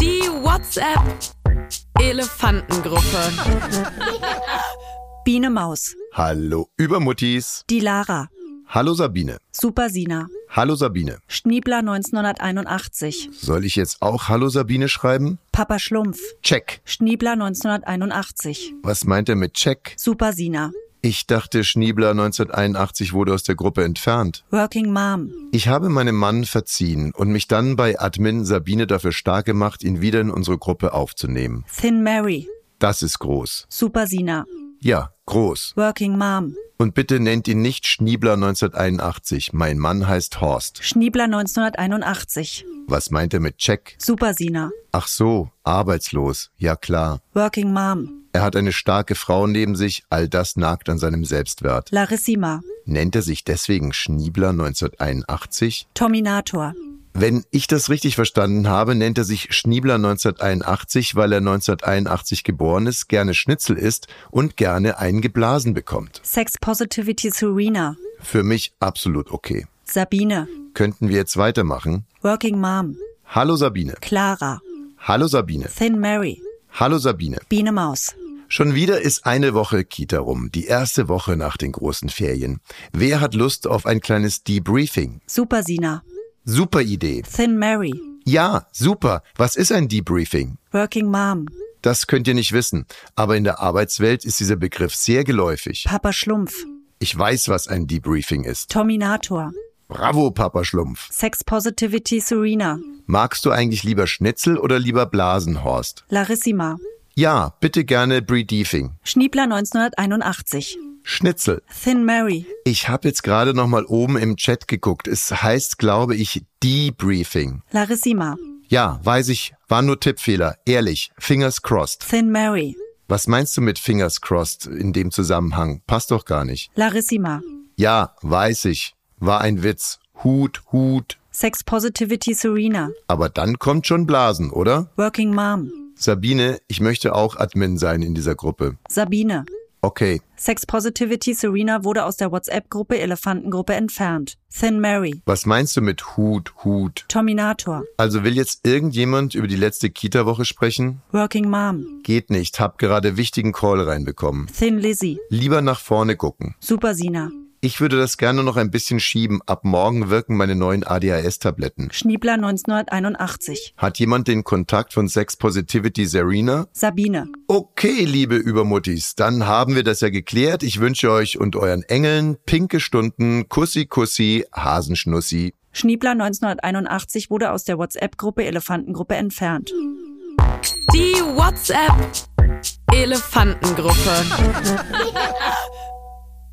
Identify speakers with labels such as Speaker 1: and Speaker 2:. Speaker 1: Die WhatsApp Elefantengruppe.
Speaker 2: Biene Maus,
Speaker 3: Hallo Übermuttis.
Speaker 2: die Lara,
Speaker 3: Hallo Sabine.
Speaker 2: Super Sina,
Speaker 3: Hallo Sabine.
Speaker 2: Schniebler 1981,
Speaker 3: Soll ich jetzt auch Hallo Sabine schreiben?
Speaker 2: Papa Schlumpf,
Speaker 3: Check.
Speaker 2: Schniebler 1981,
Speaker 3: Was meint er mit Check?
Speaker 2: Super Sina,
Speaker 3: Ich dachte, Schniebler 1981 wurde aus der Gruppe entfernt.
Speaker 2: Working Mom,
Speaker 3: Ich habe meinem Mann verziehen und mich dann bei Admin Sabine dafür stark gemacht, ihn wieder in unsere Gruppe aufzunehmen.
Speaker 2: Thin Mary,
Speaker 3: Das ist groß.
Speaker 2: Super Sina,
Speaker 3: Ja, groß.
Speaker 2: Working Mom,
Speaker 3: Und bitte nennt ihn nicht Schniebler 1981. Mein Mann heißt Horst.
Speaker 2: Schniebler 1981,
Speaker 3: Was meint er mit Check?
Speaker 2: Super Sina,
Speaker 3: Ach so, arbeitslos. Ja klar.
Speaker 2: Working Mom,
Speaker 3: Er hat eine starke Frau neben sich, all das nagt an seinem Selbstwert.
Speaker 2: Larissima,
Speaker 3: Nennt er sich deswegen Schniebler 1981?
Speaker 2: Terminator,
Speaker 3: Wenn ich das richtig verstanden habe, nennt er sich Schniebler 1981, weil er 1981 geboren ist, gerne Schnitzel isst und gerne einen geblasen bekommt.
Speaker 2: Sex Positivity Serena,
Speaker 3: Für mich absolut okay.
Speaker 2: Sabine,
Speaker 3: Könnten wir jetzt weitermachen?
Speaker 2: Working Mom,
Speaker 3: Hallo Sabine.
Speaker 2: Clara,
Speaker 3: Hallo Sabine.
Speaker 2: Thin Mary,
Speaker 3: Hallo Sabine.
Speaker 2: Biene Maus,
Speaker 3: Schon wieder ist eine Woche Kita rum, die erste Woche nach den großen Ferien. Wer hat Lust auf ein kleines Debriefing?
Speaker 2: Super Sina,
Speaker 3: Super Idee.
Speaker 2: Thin Mary,
Speaker 3: Ja, super. Was ist ein Debriefing?
Speaker 2: Working Mom,
Speaker 3: Das könnt ihr nicht wissen, aber in der Arbeitswelt ist dieser Begriff sehr geläufig.
Speaker 2: Papa Schlumpf,
Speaker 3: Ich weiß, was ein Debriefing ist.
Speaker 2: Terminator,
Speaker 3: Bravo, Papa Schlumpf.
Speaker 2: Sex Positivity Serena,
Speaker 3: Magst du eigentlich lieber Schnitzel oder lieber Blasenhorst?
Speaker 2: Larissima,
Speaker 3: Ja, bitte gerne Briefing.
Speaker 2: Schniebler 1981,
Speaker 3: Schnitzel.
Speaker 2: Thin Mary,
Speaker 3: Ich habe jetzt gerade noch mal oben im Chat geguckt. Es heißt, glaube ich, Debriefing.
Speaker 2: Larissima,
Speaker 3: Ja, weiß ich, war nur Tippfehler. Ehrlich, fingers crossed.
Speaker 2: Thin Mary,
Speaker 3: Was meinst du mit fingers crossed in dem Zusammenhang? Passt doch gar nicht.
Speaker 2: Larissima,
Speaker 3: Ja, weiß ich. War ein Witz. Hut, Hut.
Speaker 2: Sex Positivity Serena,
Speaker 3: Aber dann kommt schon Blasen, oder?
Speaker 2: Working Mom,
Speaker 3: Sabine, ich möchte auch Admin sein in dieser Gruppe.
Speaker 2: Sabine.
Speaker 3: Okay.
Speaker 2: Sex Positivity Serena wurde aus der WhatsApp-Gruppe Elefantengruppe entfernt. Thin Mary,
Speaker 3: Was meinst du mit Hut, Hut?
Speaker 2: Terminator,
Speaker 3: Also will jetzt irgendjemand über die letzte Kita-Woche sprechen?
Speaker 2: Working Mom,
Speaker 3: Geht nicht, hab gerade wichtigen Call reinbekommen.
Speaker 2: Thin Lizzy,
Speaker 3: Lieber nach vorne gucken.
Speaker 2: Super Sina,
Speaker 3: Ich würde das gerne noch ein bisschen schieben. Ab morgen wirken meine neuen ADHS-Tabletten.
Speaker 2: Schniebler 1981,
Speaker 3: Hat jemand den Kontakt von Sex Positivity Serena?
Speaker 2: Sabine,
Speaker 3: Okay, liebe Übermuttis, dann haben wir das ja geklärt. Ich wünsche euch und euren Engeln pinke Stunden, Kussi Kussi, Hasenschnussi.
Speaker 2: Schniebler 1981 wurde aus der WhatsApp-Gruppe Elefantengruppe entfernt.
Speaker 1: Die WhatsApp Elefantengruppe.